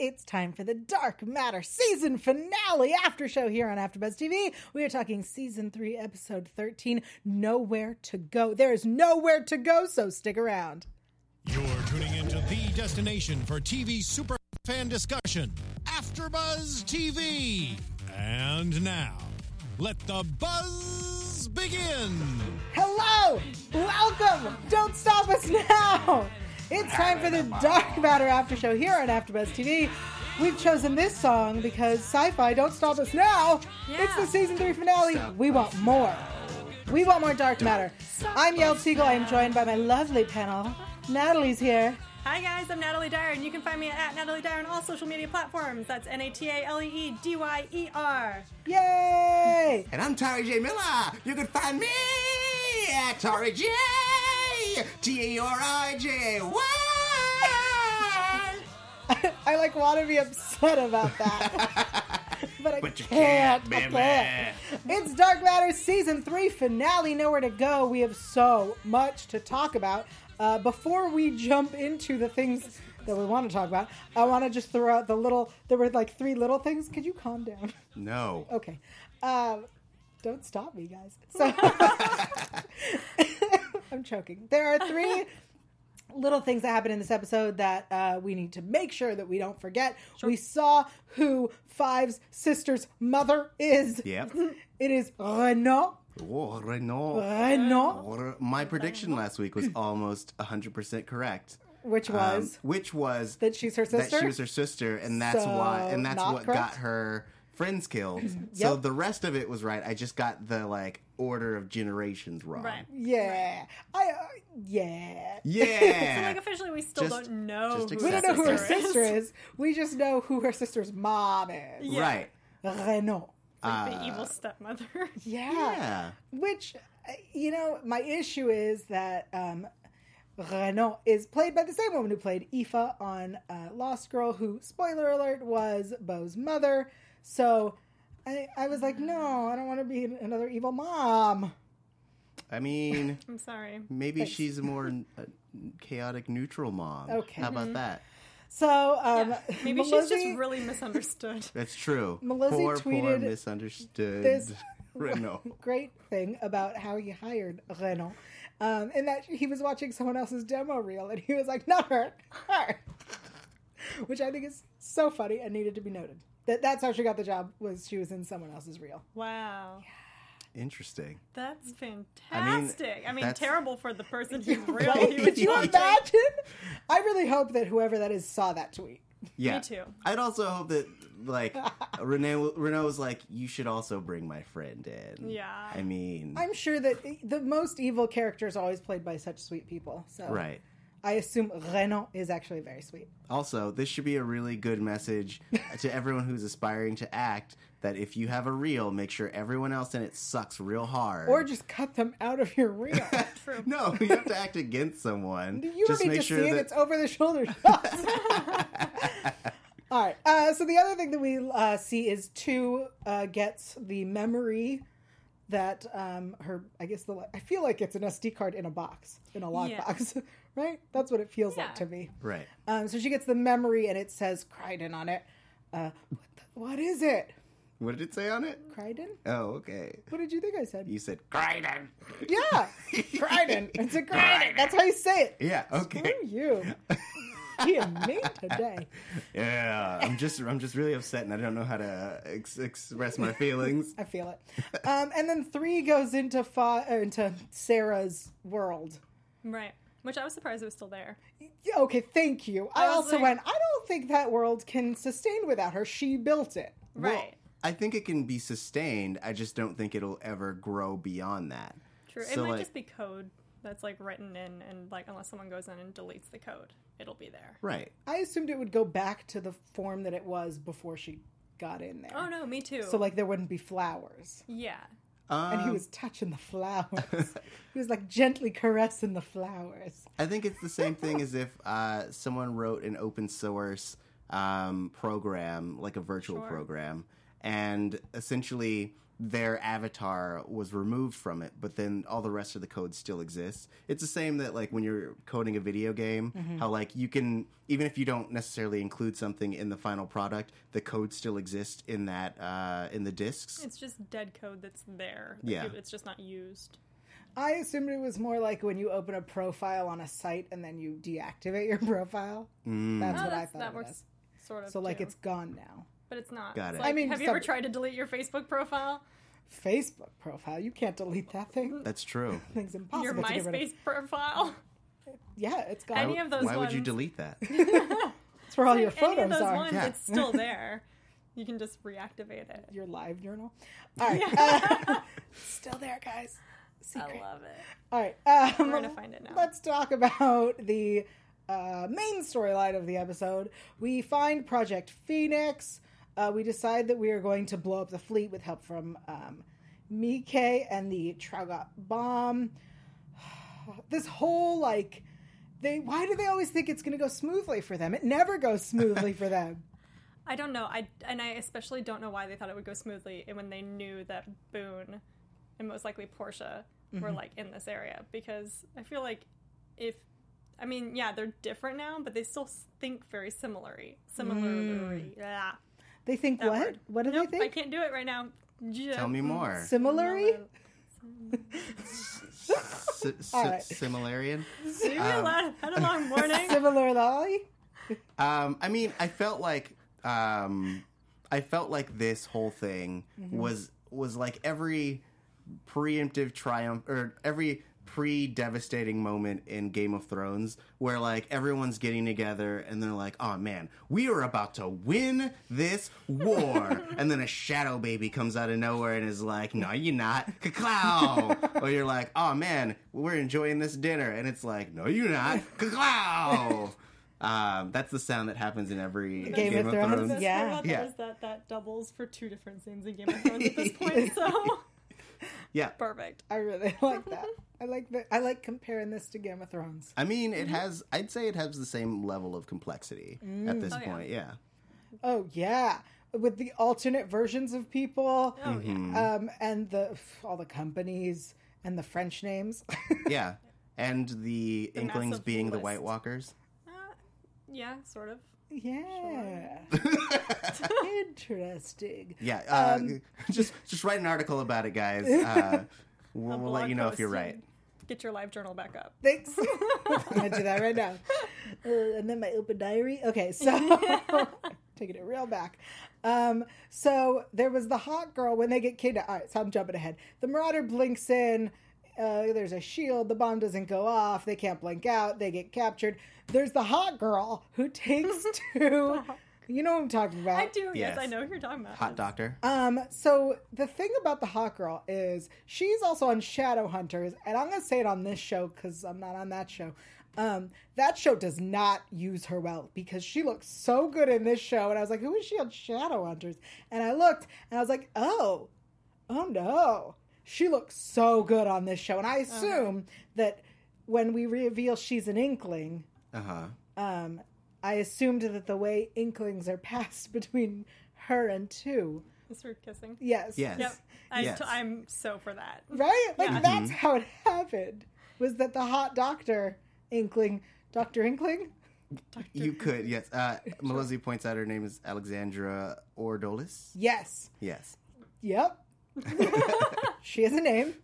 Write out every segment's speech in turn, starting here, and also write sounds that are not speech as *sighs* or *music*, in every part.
It's time for the Dark Matter season finale after show here on AfterBuzz TV. We are talking season three, episode thirteen. Nowhere to go. There is nowhere to go, so stick around. You're tuning into the destination for TV super fan discussion, AfterBuzz TV. And now, let the buzz begin. Hello, welcome. Don't stop us now. It's time for the Dark Matter After Show here on AfterBuzz TV. We've chosen this song because sci-fi. Don't stop us now. It's the season three finale. we want more. We want more Dark Matter. I'm Yael Siegel. I am joined by my lovely panel. Natalie's here. Hi guys, I'm Natalie Dyer, and you can find me at Natalie Dyer on all social media platforms. That's N A T A L E E D Y E R. Yay! And I'm Tari J. Miller. You can find me at Tari J. T A R I J A Y. I like want to be upset about that. *laughs* But I But you can't, can't, I can't. It's Dark Matter Season 3 finale. Nowhere to go. We have so much to talk about. Uh, before we jump into the things that we want to talk about, I want to just throw out the little. There were like three little things. Could you calm down? No. Okay. Um, don't stop me, guys. So *laughs* I'm choking. There are three little things that happened in this episode that uh, we need to make sure that we don't forget. We saw who Five's sister's mother is. Yep. It is Renault. Oh, Renault. Renault, Or- My prediction last week was almost 100% correct. which Um, was which was that she's her sister. that she was her sister, and that's So, why, and that's not what correct? got her friends killed. *laughs* So Yep. the rest of it was right. I just got the like order of generations wrong. Right. yeah. I. Uh, yeah. *laughs* So, Yeah. like, officially, we still Just- don't know. just who We don't know who her Sister sister is. We just know who her sister's mom is. Yeah. Right. Renault. Like, the evil stepmother. *laughs* Yeah. Which, uh, you know, my issue is that um, Renault is played by the same woman who played Aoife on uh, Lost Girl, who, spoiler alert, was Bo's mother. So I, I was like, no, I don't want to be an- another evil mom. I mean. I'm sorry. Maybe she's *laughs* a more n- a chaotic neutral mom. Okay. How Mm-hmm. about that? So um, Yeah. Maybe she's Melissa- just really misunderstood. *laughs* That's true. Melissa poor, poor tweeted misunderstood *laughs* this- *laughs* Renault. great thing about how he hired Renault. Um, and that he was watching someone else's demo reel and he was like, not her, her. Which I think is so funny and needed to be noted. That that's how she got the job was she was in someone else's reel. Wow. Interesting. That's fantastic. I mean, that's- terrible for the person who's real. Right? He was Could you watching. imagine? I really hope that whoever that is saw that tweet. Yeah. too. I'd also hope that *laughs* like Renault Renault was like, you should also bring my friend in. Yeah. I mean I'm sure that the most evil character is always played by such sweet people. So Right. I assume Renault is actually very sweet. Also, this should be a really *laughs* good message to everyone who's aspiring to act that if you have a reel, make sure everyone else in it sucks real hard. Or just cut them out of your reel. *laughs* True. *laughs* no, you have to act against *laughs* someone. You just would be make just sure seeing that it's over the *laughs* shoulder shots. *laughs* All right. Uh, so the other thing that we uh, see is two uh, gets the memory that um, her. I guess the I feel like it's an SD card in a box *laughs* in a Yeah. logbox, right? That's what it feels Yeah. like to me. right. Um, so she gets the memory, and it says Crichton on it. Uh, what, the, what is it? What did it say on it? Crichton? Oh, okay. What did you think I said? You said Crichton. Yeah, *laughs* Crichton. It's a Crichton. That's how you say it. Yeah. Okay. Screw you. Being mean today. Yeah. I'm just I'm just really upset and I don't know how to ex- express my feelings. I feel it. Um, and then three goes into fa- uh, into Sarah's world. *laughs* Right. Which I was surprised it was still there. Yeah, Okay, thank you. I, I was also like- went. I don't think that world can sustain without her. She built it. Right. Well, I think it can be sustained. I just don't think it'll ever grow beyond that. True. it So, might like- just be code that's like written in, and like unless someone goes in and deletes the code, it'll be there. Right. I assumed it would go back to the form that it was before she got in there. Oh no, me too. So like there wouldn't be flowers. yeah, And Um. he was touching the *laughs* flowers. he was like gently caressing the flowers. I think it's the same thing as if uh, someone wrote an open source um, program, like a virtual program, and essentially their avatar was removed from it, but then all the rest of the code still exists. It's the same that like when you're coding a video game, Mm-hmm. how like you can even if you don't necessarily include something in the final product, the code still exists in that uh, in the discs. It's just dead code that's there. Yeah. It's just not used. I assumed it was more like when you open a profile on a site and then you deactivate your *laughs* profile. That's Oh, what I that's, thought. that it works was. sort of. So like too. it's gone now. But it's not. Got It's it. like, I mean, have you some- ever tried to delete your *laughs* Facebook profile? Facebook profile. You can't delete that thing. *laughs* That That's true. thing's impossible. Your to get rid of. MySpace profile? Yeah, it's gone. Any of those Why would you ones. *laughs* delete that? That's where all Oh, your Like, any photos of those are. ones, Yeah. *laughs* it's still there. You can just reactivate it. Your live journal. All right. Uh, *laughs* still there, guys. I Secret. love it. All right. Um, We're gonna find it now. Let's talk about the uh, main storyline of the episode. We find Project Phoenix. Uh, we decide that we are going to blow up the fleet with help from um, Mike and the Traugot bomb. *sighs* This whole like, they why do they always think it's going to go smoothly for them? It never goes smoothly for *laughs* them. I don't know. I and I especially don't know why they thought it would go smoothly when they knew that Boone and most likely Portia Mm-hmm. were like in this area because I feel like if I mean, yeah, they're different now, but they still s- think very similarly. Similarly. Yeah. They think That Mm. what? word. What do Nope, they I think? can't do it right now. mm, Tell me more. Similarly. S- s- All right. Similarian. Maybe a lot, had *laughs* a long morning. Similarly. Um, I mean, I felt like um, I felt like this whole thing was was like every preemptive triumph or every pre-devastating moment in Game of Thrones where like everyone's getting together and they're like, "Oh man, we are about to win this *laughs* war." and then a shadow baby comes out of nowhere and is like, "No, you're not." *laughs* Kaklow. or you're like, "Oh man, we're enjoying this dinner." And it's like, "No, you're not." *laughs* Kaklow. Um, that's the sound that happens in every Game of Thrones, That's yeah. what Yeah. That, was that that doubles for two different scenes in Game of Thrones at this point. *laughs* So yeah. perfect. I really *laughs* like that. *laughs* I like that. I like comparing this to Game of Thrones. I mean, Mm-hmm. it has. I'd say it has the same level of complexity Mm. at this Oh, yeah. point. Yeah. Oh yeah, with the alternate versions of people, Oh yeah. um, and the pff, all the companies and the French names. *laughs* yeah. And *laughs* the, Inklings massive being the list. White Walkers. Uh, yeah, sort of. yeah, *laughs* interesting. Yeah. Uh, Um, *laughs* just just write an article about it, guys. *laughs* Uh, we'll we'll let blog you know if post you're to right. Get your live journal back up. Thanks. *laughs* I'm gonna do that right now. Uh, and then my open diary. Okay, so *laughs* taking it real back. Um, so there was the hot girl when they get kidnapped. All right, so I'm jumping ahead. The Marauder blinks in. Uh, there's a shield. The bomb doesn't go off. They can't blink out. They get captured. There's the hot girl who *laughs* takes to. you know what I'm talking about. I do. Yes, Yes. I know who you're talking about. Hot Doctor. Uh, Um, so the thing about the hot girl is she's also on Shadow Hunters, and I'm gonna say it on this show because I'm not on that show. Um, that show does not use her well because she looks so good in this show, and I was like, who is she on Shadow Hunters? And I looked, and I was like, oh, oh no, she looks so good on this show, and I assume that when we reveal she's an inkling, Uh huh. um, I assumed that the way inklings are *laughs* passed between her and two. Is her kissing? Yes. Yes. Yep. I Yes. i I'm so for that. Right? Like Yeah. Mm-hmm. that's how it happened. Was that the hot doctor Inkling, Doctor Inkling? You could. Yes. *laughs* Uh, Melozzi points out her name is Alexandra Ordolis. Yes. Yes. *laughs* Yep. she has a name.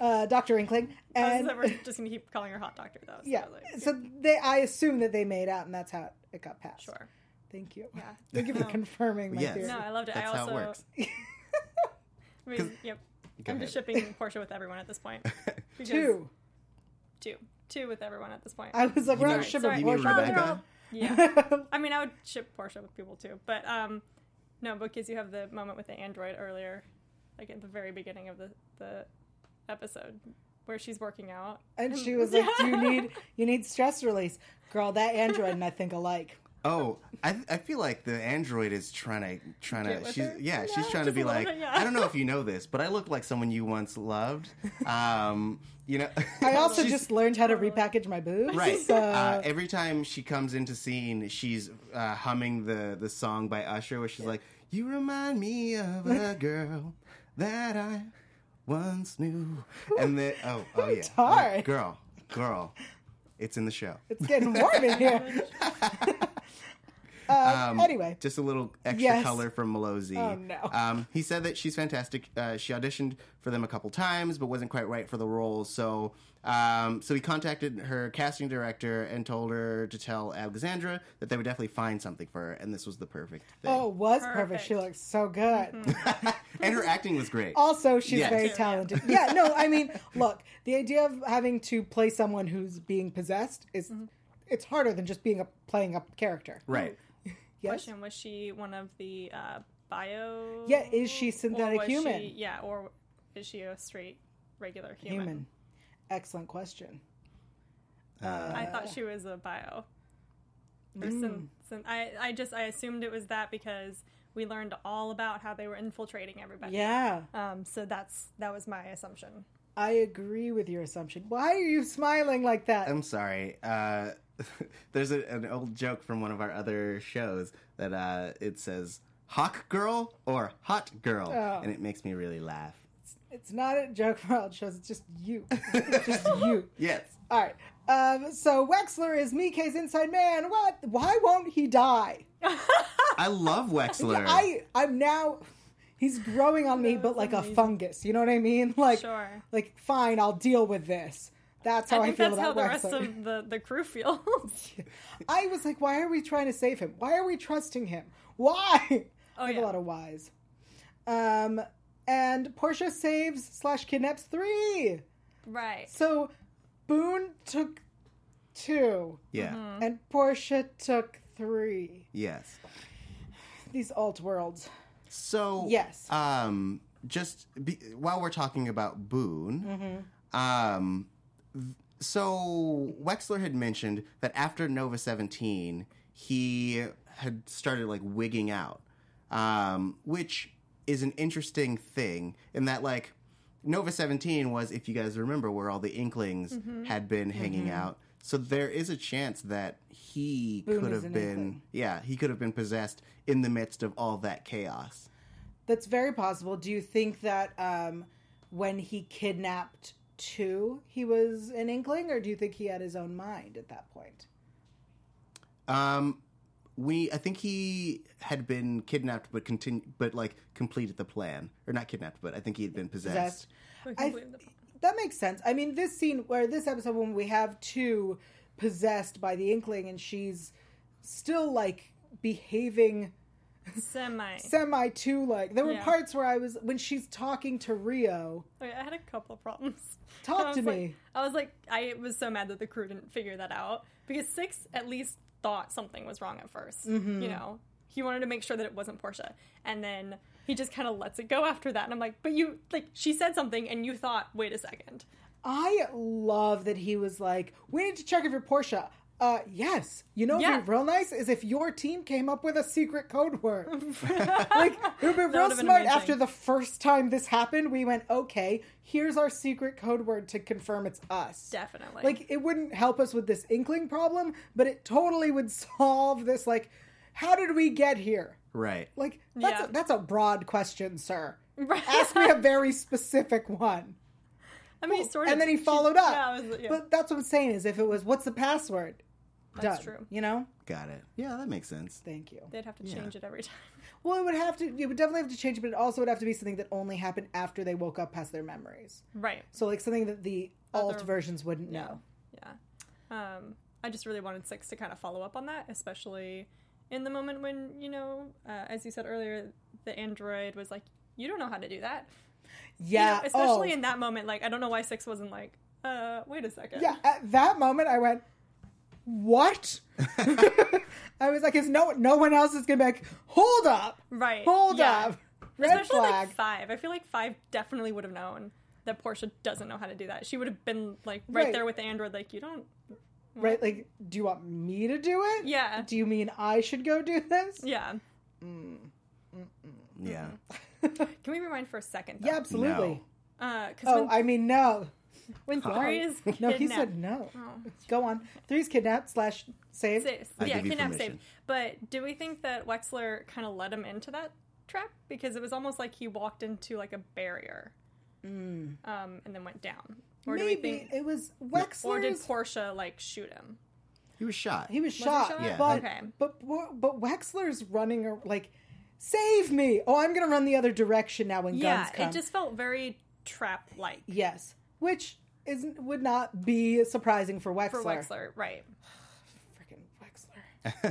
Uh, Doctor Inkling. I was And like, Oh, we're *laughs* just gonna keep calling her hot doctor though. So *laughs* yeah. Like, So they I assume that they made out and that's how it got passed. sure. Thank you. Yeah. Thank you for No. confirming my Yes. theory. No, I loved it. That's I how also. it works. I mean, yep. Go I'm ahead. just shipping Portia with everyone at this *laughs* point. Because- Two. Two. Two with everyone at this point. I was like, we're know- not shipping sorry. You mean Portia. Well, they're Rebecca? all- yeah. *laughs* *laughs* I mean, I would ship Portia with people too, but um, no, because you have the moment with the android earlier, like at the very beginning of the the episode where she's working out. *laughs* And she was like, Do you need you need stress release? Girl, that android and I think alike. Oh, I, I feel like the android is trying to trying Get to with she's her? yeah, Yeah, she's trying to just be a little like bit, yeah. I don't know *laughs* if you know this, but I look like someone you once loved. Um, you know, *laughs* I also She's- just learned how to repackage my *laughs* boobs. right. so- Uh, every time she comes into scene, she's uh, humming the the song by Usher, where she's like, "You remind me of a girl that I once knew," and then oh oh yeah, Tar. girl, girl, it's in the show. it's getting warm in here. *laughs* uh, anyway, Um, Just a little extra Yes. color from Malozzi. Oh, no. Um, he said that she's fantastic. Uh, she auditioned for them a couple times, but wasn't quite right for the role. So, um, so he contacted her casting director and told her to tell Alexandra that they would definitely find something for her, and this was the perfect thing. oh, it was perfect. Perfect. Mm-hmm. She looks so good. and her acting was great. Also, she's Yes. very Yeah. talented. Yeah, no, I *laughs* mean, look, the idea of having to play someone who's being possessed is Mm-hmm. it's harder than just being a playing a character. right. Yes. Question: Was she one of the uh, bio? Yeah, is she or synthetic was human? she- yeah, or is she a straight regular human? Human. Excellent question. Uh, I thought she was a bio. Or Hmm. syn- syn- I I just I assumed it was that because we learned all about how they were infiltrating everybody. Yeah, Um. So that's that was my assumption. I agree with your assumption. Why are you smiling like that? I'm sorry. Uh, *laughs* there's a, an old joke from one of our other shows that uh, it says "hawk girl" or "hot girl," Oh. and it makes me really laugh. It's not a joke for all shows. It's just *laughs* you. It's just you. Yes. All right. Um, so Wexler is Mike's inside man. What? Why won't he die? I love Wexler. *laughs* I I'm now. He's growing on me, but like a fungus. You know what I mean? *laughs* Like, Sure. like fine, I'll deal with this. That's how I, I think feel that's how about the Wexler. rest of the the *laughs* crew feels. I was like, why are we trying to save him? Why are we trusting him? Why? *laughs* I have a Oh, yeah. lot of whys. Um, and Portia saves slash kidnaps three. right. So Boone took two, yeah. Mm-hmm. and Portia took three. Yes. These alt worlds. So Yes. Um, just be, while we're talking about Boone, Mm-hmm. um, th- so Wexler had mentioned that after Nova Seventeen, he had started like wigging out, um, which is an interesting thing in that like Nova Seventeen was, if you guys remember, where all the Inklings Mm-hmm. had been hanging out. So there is a chance that he Boone could is have an been, Inkling. yeah, he could have been possessed in the midst of all that chaos. That's very possible. Do you think that um, when he kidnapped two, he was an inkling, or do you think he had his own mind at that point? Um, we I think he had been kidnapped, but continue, but like completed the plan, or not kidnapped, but I think he had been possessed. Possessed. We I- can blame the- That makes sense. I mean, this scene where this episode when we have two possessed by the inkling, and she's still like behaving Semi. semi too like there were Yeah. parts where i was when she's talking to rio Wait, I had a couple of problems. Talk I was to like- me. I was like, I was so mad that the crew didn't figure that out because six at least thought something was wrong at 1st Mm-hmm. You know, he wanted to make sure that it wasn't Portia, and then he just kind of lets it go after that. And I'm like, but you like she said something, and you thought, wait a second, I love that he was like, "We need to check if you're Portia." Uh, yes. You know, what would Yeah. be real nice is if your team came up with a secret code *laughs* word. like, it would be real would've been smart. amazing. After the first time this happened, we went, "Okay, here's our secret code word to confirm it's us." definitely. Like, it wouldn't help us with this inkling problem, but it totally would solve this. Like, how did we get here? Right. Like, that's Yeah. a, that's a broad question, *laughs* sir. Ask me a very specific one. I mean, Well, sort of. Oh, and then he she- followed up. Yeah, I was, yeah. But that's what I'm saying is if it was what's the password? That's Done. true. You know? Got it. Yeah, that makes sense. Thank you. they'd have to change it every time. *laughs* Well, it would have to it would definitely have to change, but it also would have to be something that only happened after they woke up past their memories. Right. So like something that the alt Other- versions wouldn't know. Yeah. Um, I just really wanted Six to kind of follow up on that, especially in the moment when, you know, uh, as you said earlier, the android was like, you don't know how to do that. You know, Yeah. especially oh. in that moment, like, I don't know why Six wasn't like, uh, wait a second. Yeah, at that moment I went, What? *laughs* I was like, is no no one else is gonna be like, hold up. Right. Hold Yeah. Mm. up. Red especially flag. like five. I feel like five definitely would have known that Portia doesn't know how to do that. She would have been like right, Right. there with the android, like, you don't. right? Like, do you want me to do it? Yeah. Do you mean I should go do this? Yeah. Mm-hmm. Yeah. *laughs* Can we rewind for a second? Though? Yeah, absolutely. No. Uh, cause Oh, when, I mean no. when three is kidnapped, *laughs* Oh. No, he said no. Go on. Three's kidnapped slash saved. Saves. I yeah, give you kidnap save. permission. But do we think that Wexler kind of led him into that trap because it was almost like he walked into like a barrier, um, and then went down? Or Mm. Maybe do we think? it was Or did Wexler's. Portia like shoot him? He was shot. he was he shot, shot? Yeah, but okay. but but Wexler's running ar- like, save me! Oh, I'm gonna run the other direction now when yeah, guns come. it just felt very trap like yes, which is would not be surprising for Wexler. for Wexler, right? Freaking Wexler.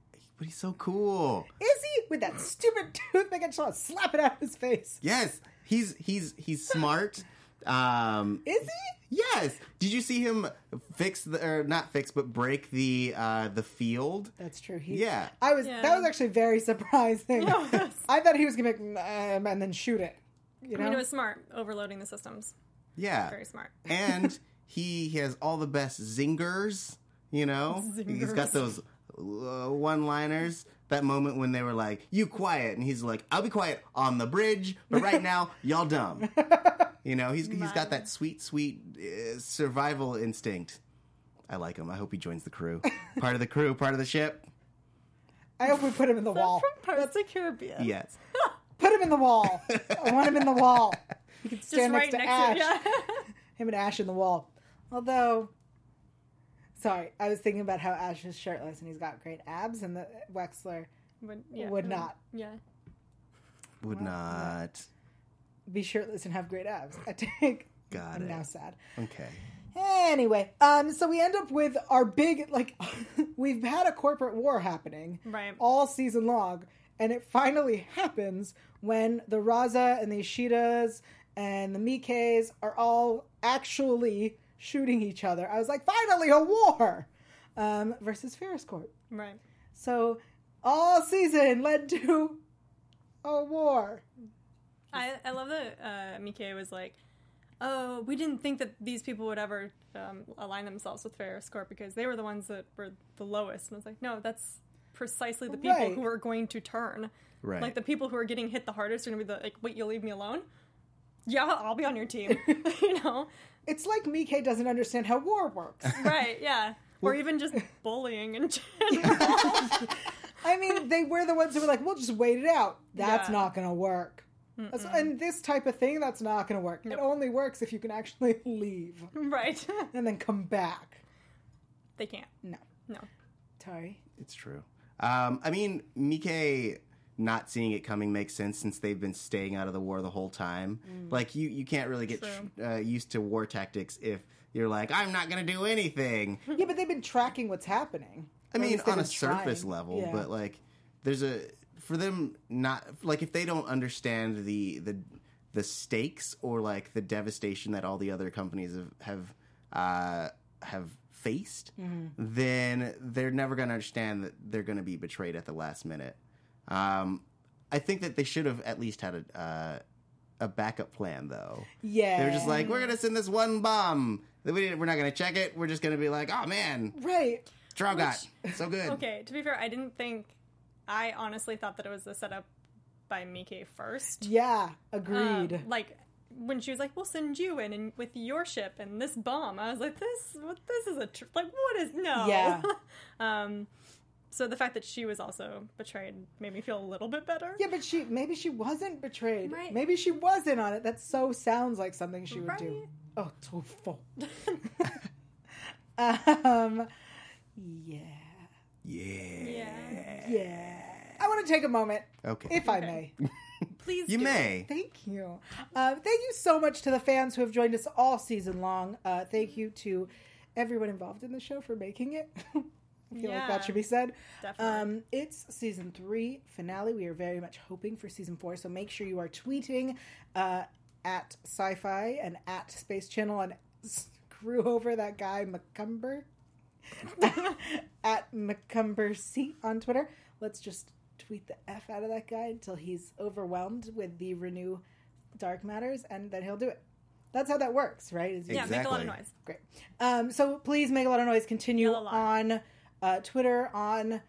but he's so cool. Is he with that stupid *laughs* toothpick? I just want to slap it out of his face. Yes, he's he's *laughs* he's smart. Um, Is he? yes. Did you see him fix the or not fix but break the uh the field? That's true. He, Yeah. I was. Yeah. That was actually very *laughs* *laughs* surprising. I thought he was gonna make um, and then shoot it. You know. I Uh, mean, it was smart overloading the systems. Yeah. Very smart. and he he has all the best zingers. You know, he's got Zingers. those uh, one-liners. That moment when they were like, "You quiet," and he's like, "I'll be quiet on the bridge, but right now, y'all dumb." You know, he's he's got that sweet, sweet uh, survival instinct. I like him. I hope he joins the crew. Part of the crew, part of the ship. I hope we put him in the wall. Pirates of the Caribbean. Yes. Put him in the *laughs* wall. I want him in the wall. He can Just stand right next to Ash. next to yeah. Him and Ash in the wall. Although, sorry, I was thinking about how Ash is shirtless and he's got great abs, and the Wexler *laughs* would, yeah. mm. would not Yeah. Would not. be shirtless and have great abs. I think. Got I'm it. now sad. Okay. Anyway, um, so we end up with our big like *laughs* we've had a corporate war happening Right. all season long, and it finally happens when the Raza and the Ishidas and the Mikes are all actually shooting each other. I was like, finally a war um, versus Ferris Court. Right. So all season led to a war. I, I love that uh, Mikkei was like, oh, we didn't think that these people would ever um, align themselves with Ferris Corp because they were the ones that were the lowest. And I was like, no, that's precisely the people Right. who are going to turn. Right. Like the people who are getting hit the hardest are going to be the, like, wait, you'll leave me alone? Yeah, I'll be on your team. *laughs* you know? It's like Mike doesn't understand how war works. Right, yeah. Or even just bullying and I mean, they were the ones who were like, "We'll just wait it out. That's Yeah. not going to work." That's- And this type of thing, that's not going to work. It only works if you can actually *laughs* leave *laughs* right. *laughs* and then come back. they can't. No, No. Tari. It's true. Um, I mean, Mike not seeing it coming makes sense since they've been staying out of the war the whole time. Like you, you can't really get tr- uh, used to war tactics if you're like, I'm not going to do anything. Yeah, but they've been tracking what's happening. I Or at mean, least they've on a been surface trying. level, Yeah. but like, there's a for them not like if they don't understand the the the stakes or like the devastation that all the other companies have have uh, have faced, Mm-hmm. then they're never going to understand that they're going to be betrayed at the last minute. Um, I think that they should have at least had a uh, a backup plan, though. yeah, They were just like, we're going to send this one bomb. We didn't- We're not going to check it. We're just going to be like, oh man, right. Drogot. So *laughs* good. Okay, to be fair, I didn't think. I honestly thought that it was a setup by Mikkei first. Yeah, Um, agreed. like when she was like, "We'll send you in and with your ship and this bomb," I was like, "This, what? This is a tr- like, what is no?" Yeah. *laughs* um. So the fact that she was also betrayed made me feel a little bit better. yeah, but she maybe she wasn't betrayed. Right. Maybe she wasn't on it. That so sounds like something she would do. Right. Oh, too full. *laughs* um, yeah. Yeah. Yeah. Yeah. I want to take a moment, Okay. if I may. Please, you do. may. Thank you. Uh, thank you so much to the fans who have joined us all season long. Uh, thank you to everyone involved in the show for making it. *laughs* I feel like Yeah. that should be said. Definitely. Um, it's season three finale. We are very much hoping for season four, so make sure you are tweeting uh, at sci fi and at Space Channel and *laughs* screw over that guy McCumber *laughs* at McCumber C on Twitter. Let's just tweet the F out of that guy until he's overwhelmed with the renew dark matters, and then he'll do it. That's how that works, right? Is you Yeah, make a lot of Exactly. noise. Great. Um, so please make a lot of noise. Continue Yell a lot. on uh, Twitter, on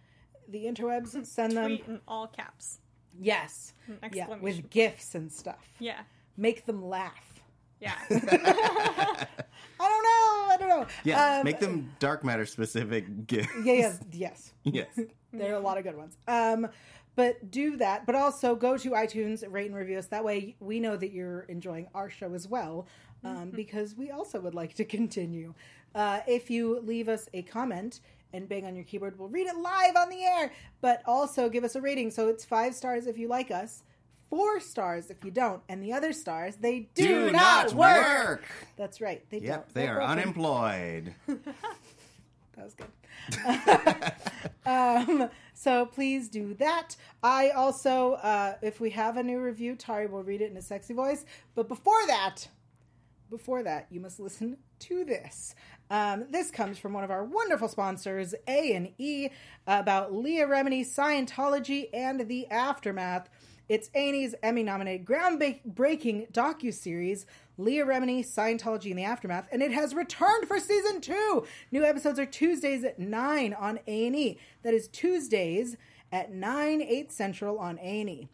the interwebs. Send them. Mm-hmm. Tweet in all caps. Yes. Yeah, Exclamation. with gifts and stuff. Yeah. Make them laugh. *laughs* Yeah. I don't know. I don't know. Yeah, Um, *laughs* make them dark matter specific gifts. Yeah, yeah, yes. *laughs* yes. There are a lot of good ones. Um, but do that. But also go to iTunes, rate and review us. That way we know that you're enjoying our show as well, um, because we also would like to *laughs* continue. Uh, if you leave us a comment and bang on your keyboard, we'll read it live on the air. But also give us a rating. So it's five stars if you like us, four stars if you don't, and the other stars they do, not, work. That's right. They Yep, don't. they They're are broken. *laughs* unemployed. That was good. *laughs* um, so please do that. I also, uh, if we have a new review, Tari will read it in a sexy voice. But before that, before that, you must listen to this. Um, this comes from one of our wonderful sponsors, A and E, about Leah Remini, Scientology, and the aftermath. It's Annie's Emmy-nominated groundbreaking docu-series, Leah Remini, Scientology, and the Aftermath, and it has returned for season two. New episodes are Tuesdays at nine on A and E. That is Tuesdays at nine eight central on A and E.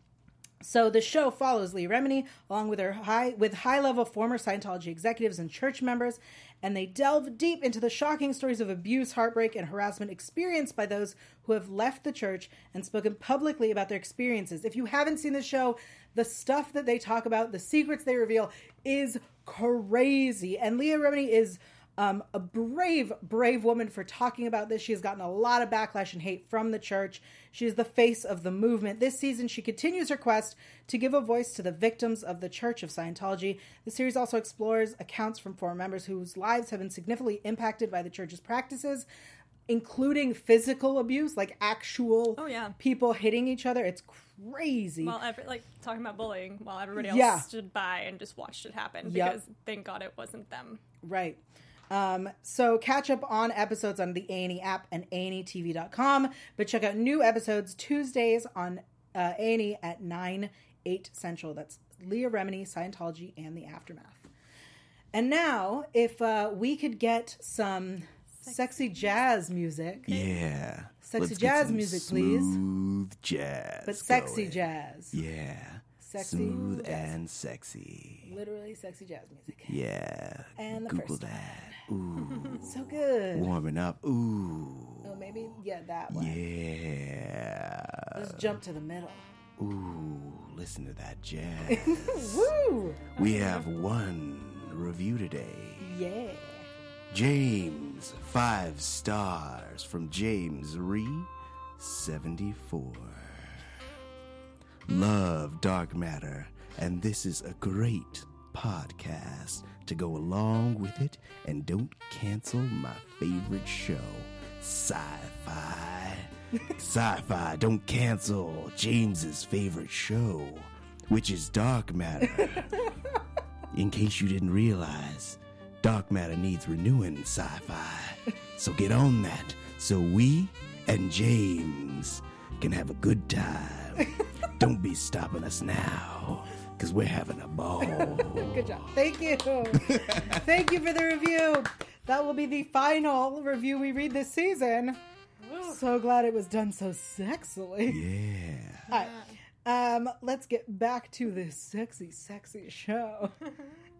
So the show follows Lee Remini along with her high with high level former Scientology executives and church members, and they delve deep into the shocking stories of abuse, heartbreak, and harassment experienced by those who have left the church and spoken publicly about their experiences. If you haven't seen the show, the stuff that they talk about, the secrets they reveal, is crazy. And Leah Remini is um, a brave, brave woman for talking about this. She has gotten a lot of backlash and hate from the church. She is the face of the movement. This season, she continues her quest to give a voice to the victims of the Church of Scientology. The series also explores accounts from former members whose lives have been significantly impacted by the church's practices, including physical abuse, like actual Oh, yeah. people hitting each other. It's crazy. While every, like talking about bullying, while everybody else Yeah. stood by and just watched it happen Yep. because thank God it wasn't them. Right. Um, so catch up on episodes on the A&E app and E A&ETV.com, but check out new episodes Tuesdays on uh, A&E at 9, 8 central. That's Leah Remini, Scientology, and the Aftermath. And now, if uh, we could get some sexy, jazz music, Yeah. Sexy Let's get jazz some music, please. Smooth jazz. but sexy going. jazz. Yeah. Sexy Smooth jazz. and sexy. Literally sexy jazz music. Yeah. And the Google first that. Ooh. So good. Warming up. Ooh. Oh, maybe, yeah, that one. Yeah. Let's jump to the middle. Ooh. Listen to that *laughs* jazz. Woo! we have one review today. Yeah. James, five stars from James Ree, 74. Love Dark Matter, and this is a great podcast to go along with it, and don't cancel my favorite show, Sci Fi. Sci Fi, don't cancel James's favorite show, which is Dark Matter. In case you didn't realize, dark matter needs renewing sci fi. So get on that so we and James can have a good *laughs* time. Don't be stopping us now, because we're having *laughs* a ball. Good job. Thank *laughs* you. Thank you for the review. That will be the final review we read this season. So glad it was done so sexily. yeah. All right. Um, let's get back to this sexy, sexy show.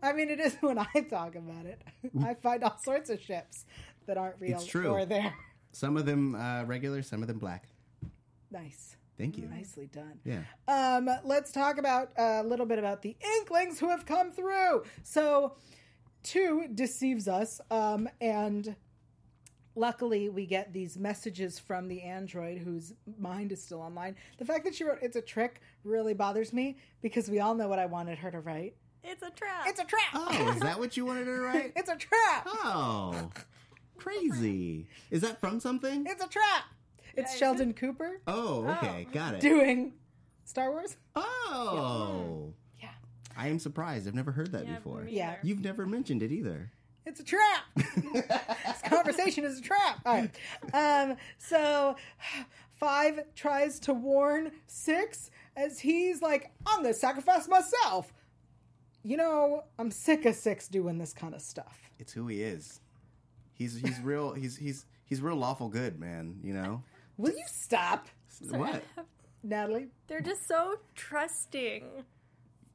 I mean, it is when I talk about *laughs* it. I find all sorts of ships that aren't real It's true. or there. Some of them uh, regular, some of them black. *laughs* Nice. Thank you. Nicely done. Yeah. Um, let's talk about uh, a little bit about the Inklings who have come through. So, two deceives us, um, and luckily we get these messages from the android whose mind is still online. The fact that she wrote "It's a trick" really bothers me because we all know what I wanted her to write. It's a trap. It's a trap. Oh, is that what you wanted her to *laughs* write? It's a trap. Oh, crazy. Is that from something? It's a trap. It's Yeah, Sheldon Cooper Oh, okay. Got it. doing Star Wars. Oh. Yeah. I am surprised. I've never heard that before. me Yeah. either. You've never mentioned it either. It's a trap. *laughs* this conversation is a trap. All right. Um, so *sighs* five tries to warn six as he's like, I'm gonna sacrifice myself. you know, I'm sick of Six doing this kind of stuff. It's who he is. He's he's real. He's he's he's real lawful good man. You know Will you stop, what? Natalie? They're just so trusting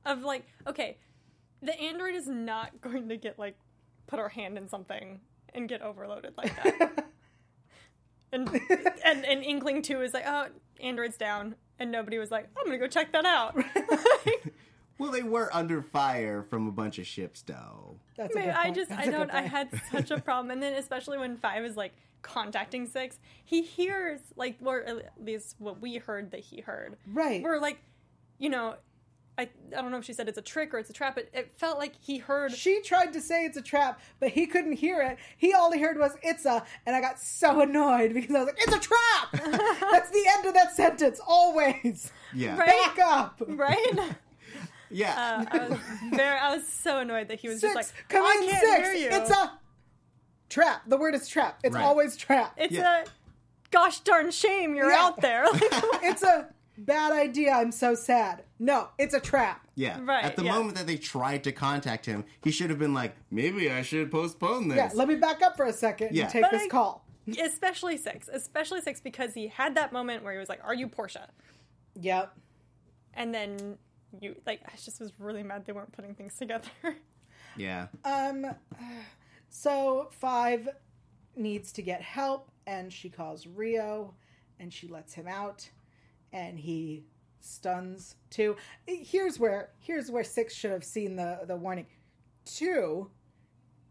of like, okay, the android is not *laughs* going to get like put her hand in something and get overloaded like that. and, and and Inkling too is like, oh, android's down, and nobody was like, I'm gonna go check that out. Like, Well, they were under fire from a bunch of ships, though. That's a Man, good I point. just That's I a good don't I point. *laughs* had such a problem, and then especially when Five is like contacting Six, he hears like or at least what we heard that he heard. Right. We're like, you know, I I don't know if she said it's a trick or it's a trap, but it felt like he heard. She tried to say it's a trap, but he couldn't hear it. He all he heard was "it's a," and I got so annoyed because I was like, "It's a trap." *laughs* That's the end of that sentence. Always Yeah, Right. back up. *laughs* *laughs* Right? Uh, yeah. I was very, I was so annoyed that he was Six, just like, come I in can't six. hear you. It's a trap. The word is trap. It's Right. always trap. it's Yeah. a gosh darn shame you're Yeah. out there. *laughs* *laughs* Like, *laughs* it's a bad idea. I'm so sad. No, it's a trap. *laughs* yeah. right, At the yeah. moment that they tried to contact him, he should have been like, maybe I should postpone this. Yeah, let me back up for a second Yeah. and take But this I- call. especially six, especially six because he had that moment where he was like, "Are you Portia?" Yep. and then you like I just was really mad they weren't putting things together. *laughs* yeah. Um, so Five needs to get help, and she calls Rio, and she lets him out, and he stuns two. Here's where here's where Six should have seen the the warning. Two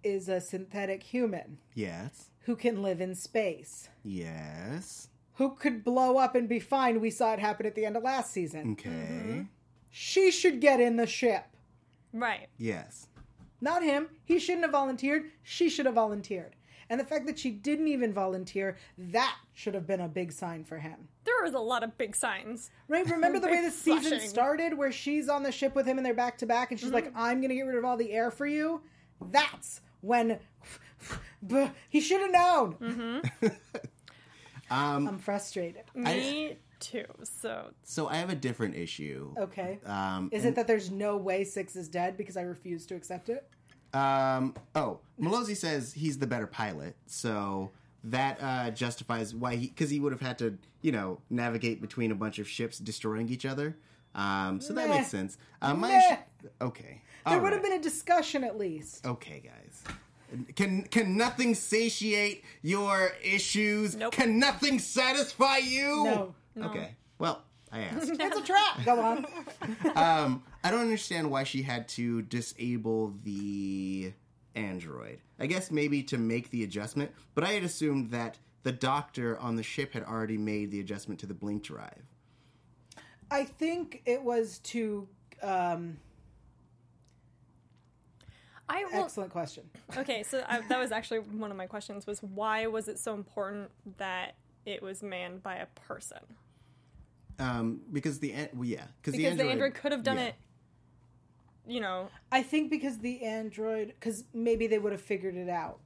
is a synthetic human yes. who can live in space, Yes. who could blow up and be fine. We saw it happen at the end of last season. Okay. She should get in the ship, right. Yes. not him. He shouldn't have volunteered. She should have volunteered. And the fact that she didn't even volunteer, that should have been a big sign for him. There was a lot of big signs. Right? Remember the way the season Flushing. started where she's on the ship with him and they're back to back and she's like, I'm going to get rid of all the air for you? That's when *laughs* Buh, he should have known. I'm frustrated. Me too. So So I have a different issue. Okay. Um, is it that there's no way Six is dead because I refuse to accept it? Um, oh, Malozzi says he's the better pilot, so that uh, justifies why he because he would have had to, you know, navigate between a bunch of ships destroying each other. Um, so that Meh. makes sense. Uh, my Meh. issue- okay, There would have been a discussion at least. *laughs* okay, guys. Can can nothing satiate your issues? Nope. Can nothing satisfy you? No. Okay. Well, I asked. That's a trap. Go on. um, I don't understand why she had to disable the android. I guess maybe to make the adjustment, but I had assumed that the doctor on the ship had already made the adjustment to the blink drive. I think it was to. Um, I will. excellent question. Okay, so I, that was actually one of my questions was why was it so important that it was manned by a person? Um, because the an- well, yeah, because the Because android, the android could have done yeah. it. You know, I think because the android, because maybe they would have figured it out.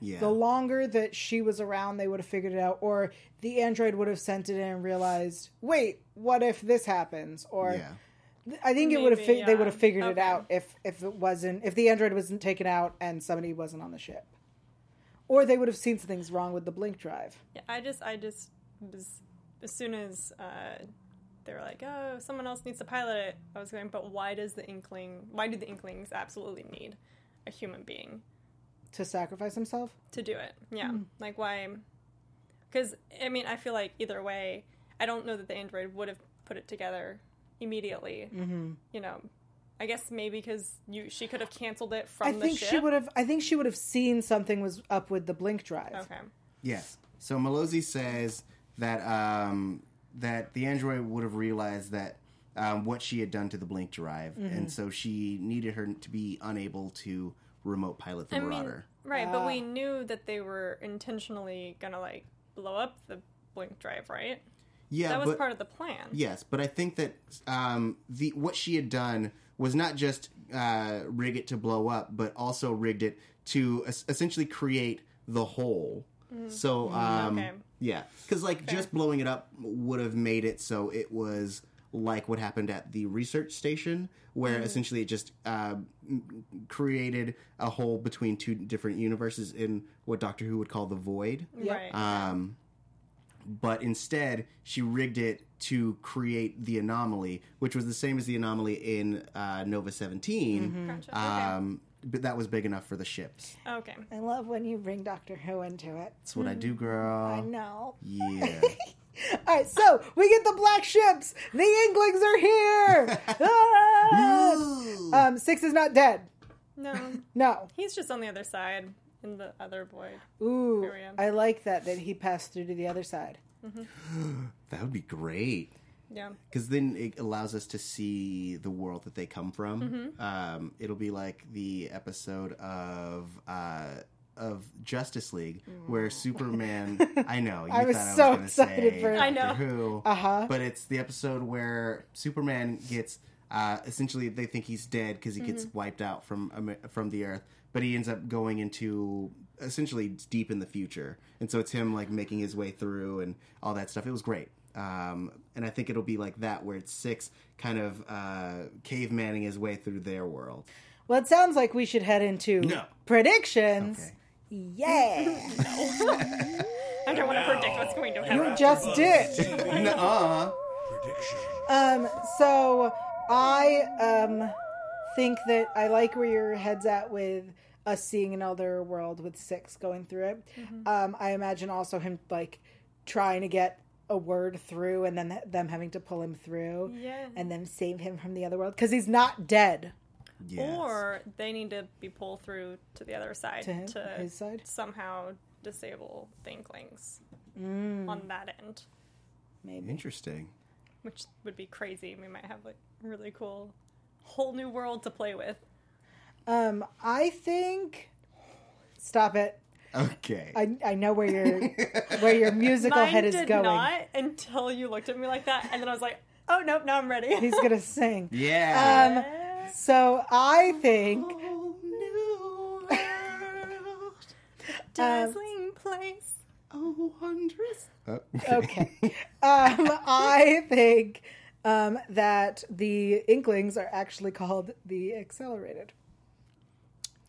Yeah, The longer that she was around, they would have figured it out, or the android would have sent it in and realized, wait, what if this happens? Or yeah, I think it would have Maybe, fi- they would yeah. have figured it Okay. out if if it wasn't if the android wasn't taken out and somebody wasn't on the ship, or they would have seen something's wrong with the blink drive. yeah, I just, I just was as soon as uh, they were like, oh, someone else needs to pilot it. I was going, but why does the inkling? Why do the inklings absolutely need a human being? To sacrifice himself, to do it. Yeah. Hmm. Like why? Because I mean, I feel like either way, I don't know that the android would have put it together immediately. Mm-hmm. You know, I guess maybe because you she could have canceled it from I the think ship. she would have. I think she would have seen something was up with the blink drive. Okay. yes. So Malozzi says that um, that the android would have realized that um, what she had done to the blink drive, Mm-hmm. and so she needed her to be unable to remote pilot the I mean, Marauder. right? But Ah. we knew that they were intentionally gonna like blow up the blink drive, right? yeah, that was but, part of the plan. Yes, but I think that um, the what she had done was not just uh, rig it to blow up, but also rigged it to es- essentially create the hole. So um, okay. yeah, because like just blowing it up would have made it so it was like what happened at the research station, where essentially it just uh, m- created a hole between two different universes in what Doctor Who would call the void. Right. Um, but instead, she rigged it to create the anomaly, which was the same as the anomaly in uh, Nova 17. Gotcha. Um, but that was big enough for the ships. okay. okay. I love when you bring Doctor Who into it. That's what I do, Mm, I girl. know. *laughs* Yeah. All right, so we get the black ships. The Inglings are *laughs* here. Ah! Ooh. um, Six is not dead. No, No. he's just on the other side in the other void. Ooh, Period. I like that that he passed through to the other side. that would be great. Yeah. because then it allows us to see the world that they come from. Mm-hmm. Um, it'll be like the episode of uh, of Justice League *laughs* where Superman. I know you I was thought so I was gonna excited say for- I know. Doctor Who, Uh-huh. but it's the episode where Superman gets. Uh, essentially, they think he's dead because he gets Mm-hmm. wiped out from Ama- from the Earth, but he ends up going into essentially deep in the future, and so it's him like making his way through and all that stuff. It was great, um, and I think it'll be like that where it's six kind of uh, cavemanning his way through their world. Well, it sounds like we should head into No. predictions. Okay. Yeah. I don't want to predict what's going to happen. You just did. Nuh-uh. Um, so I um think that I like where your head's at with us seeing another world with six going through it. Mm-hmm. Um, I imagine also him like trying to get a word through and then them having to pull him through Yeah. and then save him from the other world because he's not dead. Yes. Or they need to be pulled through to the other side To to, him- his side? somehow disable the Inklings Mm. on that end, Maybe. interesting. which would be crazy. We might have like really cool whole new world to play with. Um, I think. Stop it. Okay, I, I know where your where your musical Mine head is did going. not until you looked at me like that, and then I was like, oh nope, now I'm ready. He's gonna sing. *laughs* yeah. Um, so I think Oh. Whole new world. uh, Dazzling place. Oh, wondrous. okay. *laughs* Um, I think um, that the Inklings are actually called the Accelerated.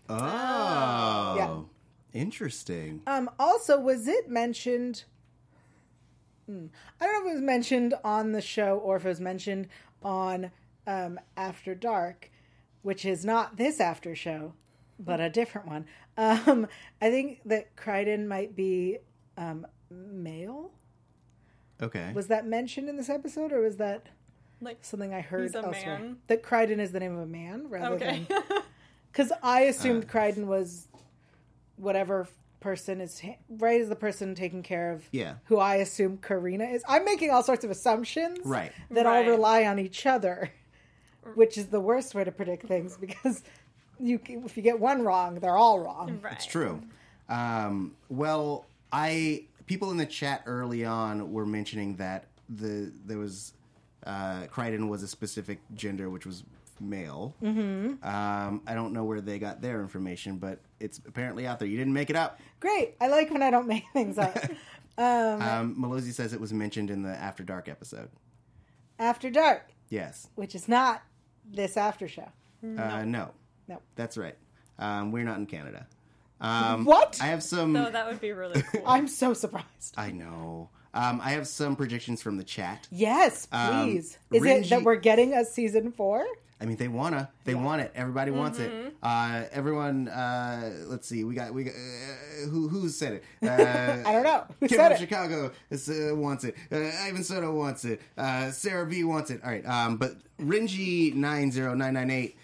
Oh. Yeah. Interesting. Um, also, was it mentioned? Hmm. I don't know if it was mentioned on the show or if it was mentioned on um, After Dark, which is not this after show, but a different one. Um, I think that Crichton might be um, male. Okay. Was that mentioned in this episode, or was that Like something I heard He's a elsewhere? man. That Crichton is the name of a man rather okay. *laughs* than because I assumed Uh, Crichton was whatever person is ha- right is the person taking care of Yeah. who I assume Karina is. I'm making all sorts of assumptions Right. that Right. all rely on each other, which is the worst way to predict things *laughs* because you can- if you get one wrong, they're all wrong. right. It's true. Um, well, I people in the chat early on were mentioning that the there was uh, Crichton was a specific gender, which was male. Mm-hmm. Um, I don't know where they got their information, but it's apparently out there. You didn't make it up. Great, I like when I don't make things *laughs* up. Um, Malozzi says it was mentioned in the After Dark episode. After dark, Yes. which is not this after show. Uh, no. Mm, No. That's right. Um, we're not in Canada. Um, What? I have some. So that would be *laughs* really cool. I'm so surprised. I know. Um, I have some predictions from the chat. Yes, Um, please. Is it that Renji- we're getting a season four? I mean, they wanna, they want it. Everybody wants Mm-hmm. it. Uh, everyone, uh, let's see. We got, we got, uh, who who said it? Uh, I don't know. *laughs* Who Kim said from it? Chicago is, uh, wants it. Uh, Ivan Soto wants it. Uh, Sarah B wants it. All right. Um, but Renji nine zero nine nine eight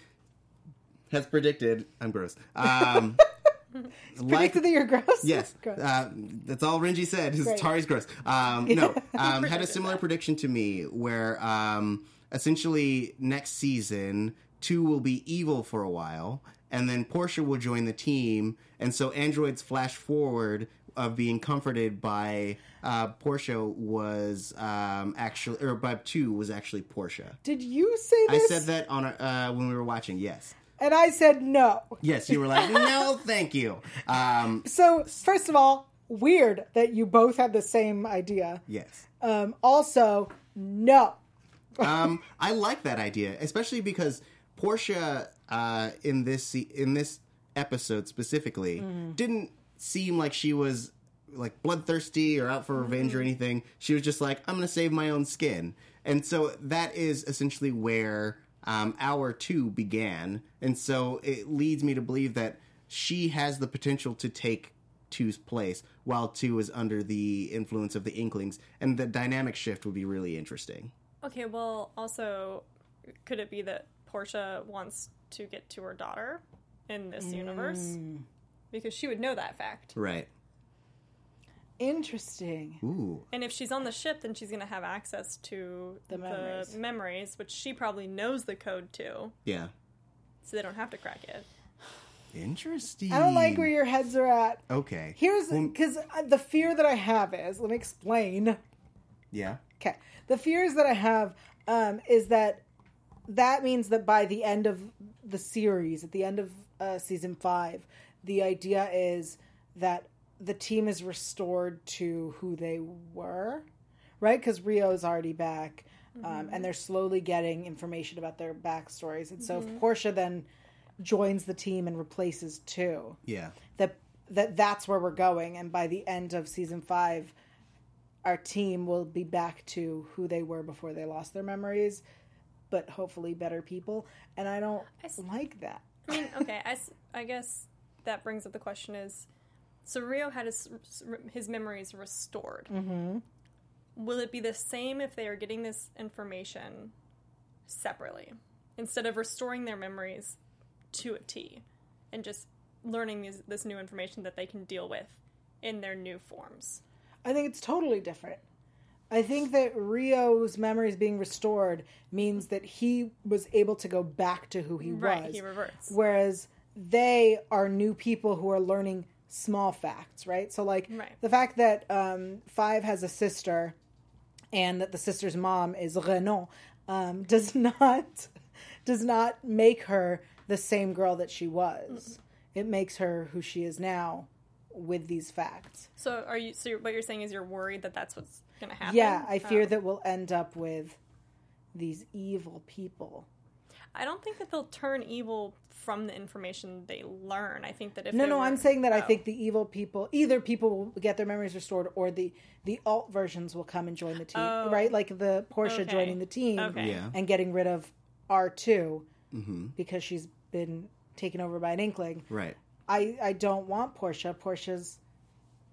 has predicted. I'm gross. Um, *laughs* Predicted that you're gross? *laughs* Yes, Gross. Uh, that's all Renji said. His Great. Tari's gross. *laughs* Um, no, um, had a similar prediction to me where um, essentially next season two will be evil for a while, and then Portia will join the team, and so androids flash forward of being comforted by uh, Portia was um, actually, or by two was actually Portia. Did you say I this? said that on our, uh, when we were watching. Yes, And I said no. yes, you were like, no, thank you. Um, So, first of all, weird that you both had the same idea. yes. Um, also, no. Um, I like that idea, especially because Portia uh, in this se- in this episode specifically didn't seem like she was like bloodthirsty or out for revenge or anything. She was just like, "I'm going to save my own skin," and so that is essentially where um, hour two began. And so it leads me to believe that she has the potential to take two's place while two is under the influence of the Inklings, and the dynamic shift would be really interesting. Okay, well, also, could it be that Portia wants to get to her daughter in this universe? Because she would know that fact. Right. Interesting. Ooh. And if she's on the ship, then she's going to have access to the, memories. memories, which she probably knows the code to, Yeah. so they don't have to crack it. Interesting. I don't like where your heads are at. Okay. Here's Hmm. Well, because the fear that I have is let me explain. yeah. Okay. The fears that I have um, is that that means that by the end of the series, at the end of uh, season five, the idea is that the team is restored to who they were, right? Because Rio's already back, um, and they're slowly getting information about their backstories. And so if Portia then joins the team and replaces two, Yeah. that that that's where we're going and by the end of season 5 our team will be back to who they were before they lost their memories but hopefully better people and i don't s- like that I mean, okay, I, s- I guess that brings up the question is so Rio had his, his memories restored. Mm-hmm. Will it be the same if they are getting this information separately instead of restoring their memories to a T and just learning these, this new information that they can deal with in their new forms? i think it's totally different i think that rio's memories being restored means that he was able to go back to who he Right, was he reverts. whereas they are new people who are learning small facts right so like Right. the fact that um, five has a sister and that the sister's mom is renault um, *laughs* does not does not make her the same girl that she was it makes her who she is now with these facts So are you? So you're, what you're saying is you're worried that that's what's going to happen? yeah i fear Oh. that we'll end up with these evil people I don't think that they'll turn evil from the information they learn. I think that if No, they no, were- I'm saying that I Oh. think the evil people, either people will get their memories restored, or the the alt versions will come and join the team, Oh. right? Like the Portia Okay. joining the team Okay. Yeah. Mm-hmm. and getting rid of R 2 because she's been taken over by an inkling. Right. I I don't want Portia. Portia's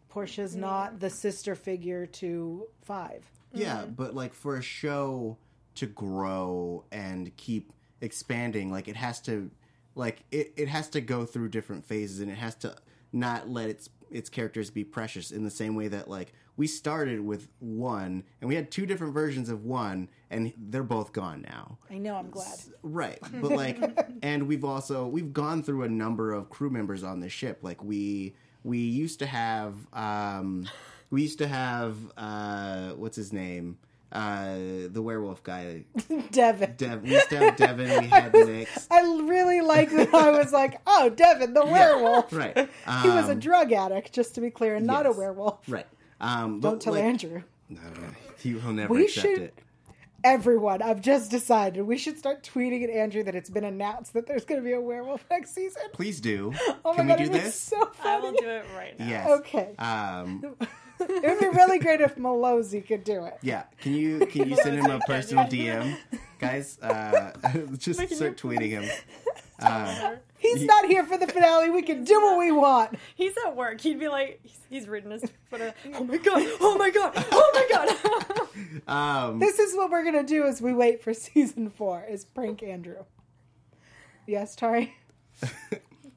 Portia's not the sister figure to Five. Yeah, but like for a show to grow and keep expanding, like it has to like it, it has to go through different phases and it has to not let its its characters be precious in the same way that like we started with one and we had two different versions of one and they're both gone now. I know. I'm glad. Right. But like and we've also we've gone through a number of crew members on this ship. Like we we used to have um we used to have uh what's his name? Uh the werewolf guy. *laughs* Devin. Dev we used to have Devin, we *laughs* had Nick. I really like that. I was like, oh, Devin, the werewolf. Right. He was a Um, drug addict, just to be clear, and not yes. a werewolf. Right. Um but, Don't tell like, Andrew. No, no, he, will never We accept should- it. Everyone, I've just decided we should start tweeting at Andrew that it's been announced that there's going to be a werewolf next season. Please do. Oh Can my god, we do it'd be this? so I will funny. do it right now. Yes. Okay, Um it would be really great *laughs* if Malozzi could do it. yeah. Can you can *laughs* you send him a personal DM? Guys, uh *laughs* just start tweeting him. Uh, He's not here for the finale. We can do what we want. He's at work. He'd be like, he's, he's reading his *laughs* Twitter. Oh my god! Oh my god! Oh my god! um This is what we're gonna do as we wait for *laughs* season four. Is prank Andrew? Yes, Tari.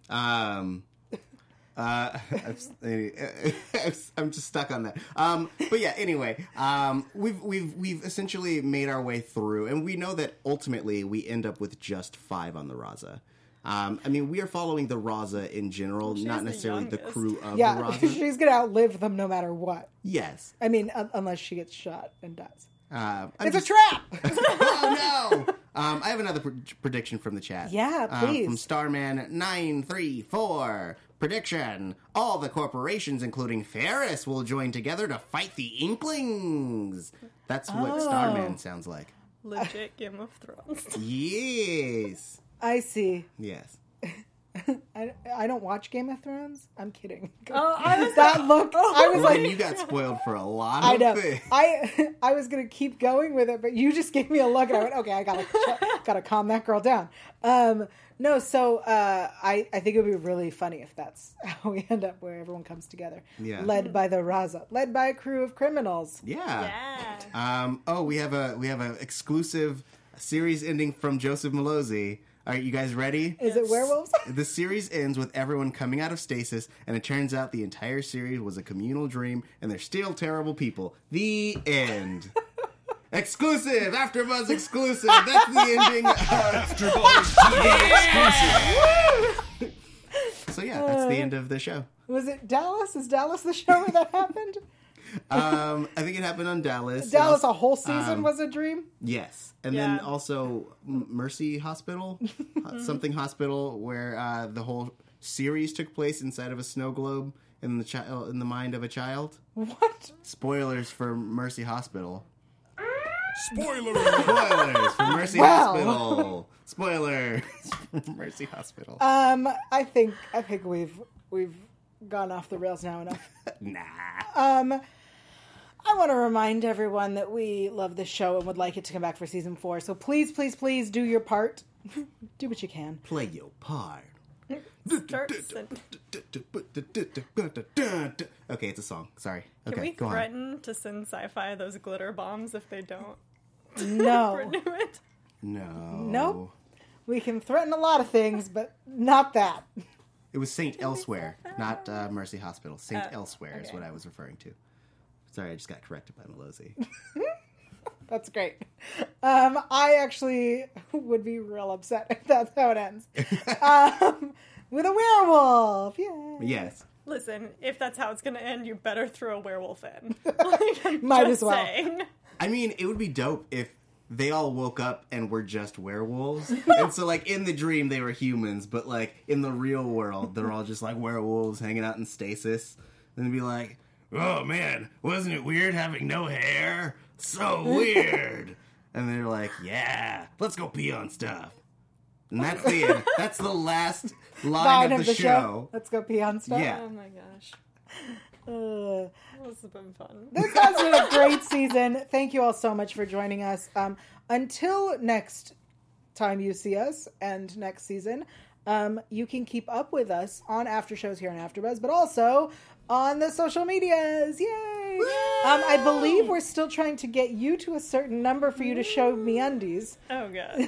Um, uh, *laughs* I'm, s- *laughs* I'm just stuck on that. Um, but yeah, anyway, um, we've we've we've essentially made our way through, and we know that ultimately we end up with just five on the Raza. Um, I mean, we are following the Raza in general, She's not the necessarily the, youngest. crew of the *laughs* Yeah, Raza. she's gonna outlive them no matter what. yes, I mean, un- unless she gets shot and dies. um, I'm It's a just- trap. *laughs* oh no! Um, I have another pr- prediction from the chat. Yeah, Um, please. from Starman nine three four. Prediction: All the corporations, including Ferris, will join together to fight the Inklings. That's what Oh. Starman sounds like. legit Game of Thrones. *laughs* Yes. I see. Yes. I, I don't watch Game of Thrones. I'm kidding. Oh, I was *laughs* that look. I was Well, like, then you got spoiled for a lot of I know. things. I I was gonna keep going with it, but you just gave me a look, and I went, "Okay, I gotta gotta calm that girl down." Um, no, so uh, I I think it would be really funny if that's *laughs* how we end up where everyone comes together, Yeah. led by the Raza, led by a crew of criminals. *laughs* yeah. Um, oh, we have a we have an exclusive series ending from Joseph Malozzi. All right, you guys ready? Is it werewolves? The series ends with everyone coming out of stasis, and it turns out the entire series was a communal dream, and they're still terrible people. The *laughs* end. exclusive AfterBuzz exclusive. That's the ending. *laughs* of- AfterBuzz TV exclusive. so yeah, that's the end of the show. Was it Dallas? Is Dallas the show where that happened? Um, I think it happened on Dallas. Dallas, And a also- whole season was a dream. Yes, and Yeah. then also M- *laughs* Mercy Hospital, uh, something hospital where uh, the whole series took place inside of a snow globe in the child in the mind of a child. What? Spoilers for Mercy Hospital. Spoiler alert. Spoilers for Mercy Wow. Hospital. Spoilers for Mercy Hospital. Uh, Um, I think I think we've we've gone off the rails now enough. nah. uh, I want to remind everyone that we love this show and would like it to come back for season four. So please, please, please do your part. *laughs* do what you can. Play your part. Starts and- Okay, it's a song. Sorry. Can Okay, we go on. threaten to send sci-fi those glitter bombs if they don't Oh. *laughs* No, renew it? No. Nope. we can threaten a lot of things, but not that. It was Saint Elsewhere, not uh, Mercy Hospital. Saint Elsewhere is okay. what I was referring to. Sorry, I just got corrected by Melozzi. That's great. Um, I actually would be real upset if that's how it *laughs* ends. um, with a werewolf. Yeah. yes. Listen, if that's how it's gonna end, you better throw a werewolf *laughs* in. Might Just as well. saying. I mean, it would be dope if they all woke up and were just werewolves. and so, like, in the dream, they were humans, but, like, in the real world, they're all just, like, werewolves hanging out in stasis. And they'd be like, oh, man, wasn't it weird having no hair? So weird. and they're like, yeah, let's go pee on stuff. And that's the end. That's the last line, Line of, the, show. Let's go pee on stuff. Yeah. Oh my gosh, Ugh. this has been fun. this has been a great season. Thank you all so much for joining us. Um, until next time you see us and next season, um, you can keep up with us on after shows here on AfterBuzz, but also on the social medias. Yay! Um, I believe we're still trying to get you to a certain number for you to show me *laughs* undies, Oh *laughs* god.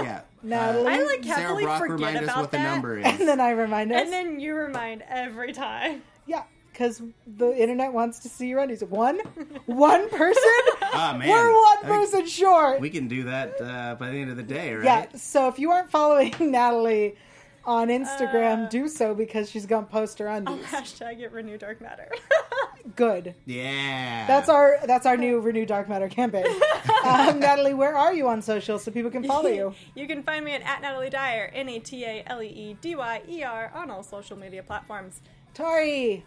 Yeah. Uh, Natalie. I like Sarah happily Brock, forget remind about us what that. the number *laughs* is. and then I remind us. And then you remind every time. yeah, because the internet wants to see your undies. One, one *laughs* person. Ah, man. We're one I think person short. We can do that uh, by the end of the day, right? Yeah. So if you aren't following *laughs* Natalie on Instagram, do so because she's gonna post her undies. *laughs* Hashtag it renew dark matter. Good. Yeah. That's our that's our new Renew Dark Matter campaign. um, Natalie, where are you on social so people can follow you? *laughs* you can find me at, at Natalie Dyer, N A T A L E E D Y E R, on all social media platforms. Tari,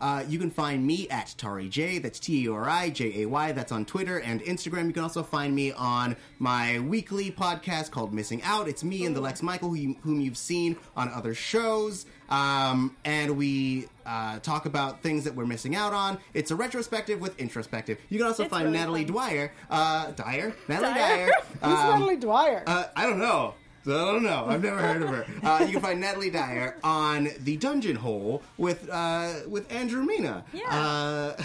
Uh, you can find me at Tari J. That's T E R I J A Y. That's on Twitter and Instagram. You can also find me on my weekly podcast called Missing Out. It's me and the Lex Michael, who you, whom you've seen on other shows. Um, and we uh, talk about things that we're missing out on. It's a retrospective with introspective. You can also It's find really Natalie fun. Dwyer. Uh, Dyer? Natalie Dyer. Dyer. *laughs* who's Natalie Dwyer? Um, Uh, I don't know. I don't know. I've never heard of her. Uh, you can find Natalie Dyer on the Dungeon Hole with uh, with Andrew Mina. Yeah. Uh,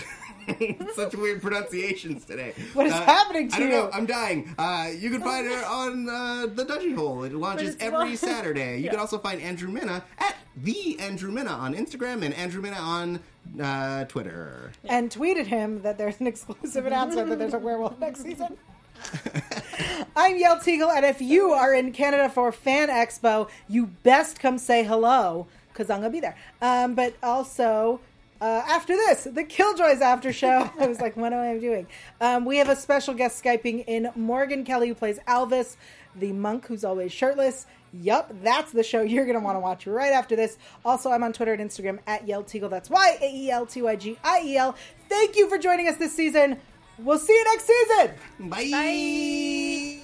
*laughs* such weird pronunciations today. What is Uh, happening to I don't you? know. I'm dying. Uh, you can find her on uh, the Dungeon Hole. It launches it's every *laughs* one- Saturday. You can Yeah. also find Andrew Mina at the Andrew Mina on Instagram and Andrew Mina on uh, Twitter. and tweeted him that there's an *laughs* exclusive announcement that there's a werewolf next season. I'm Yael Teagle, and if you are in Canada for Fan Expo, you best come say hello because I'm gonna be there. Um, but also. Uh, after this, the Killjoys after show. *laughs* I was like, what am I doing? Um, we have a special guest Skyping in Morgan Kelly, who plays Alvis, the monk who's always shirtless. Yup, that's the show you're going to want to watch right after this. Also, I'm on Twitter and Instagram at Yell Teagle. That's Y A E L T Y G I E L. Thank you for joining us this season. We'll see you next season. Bye.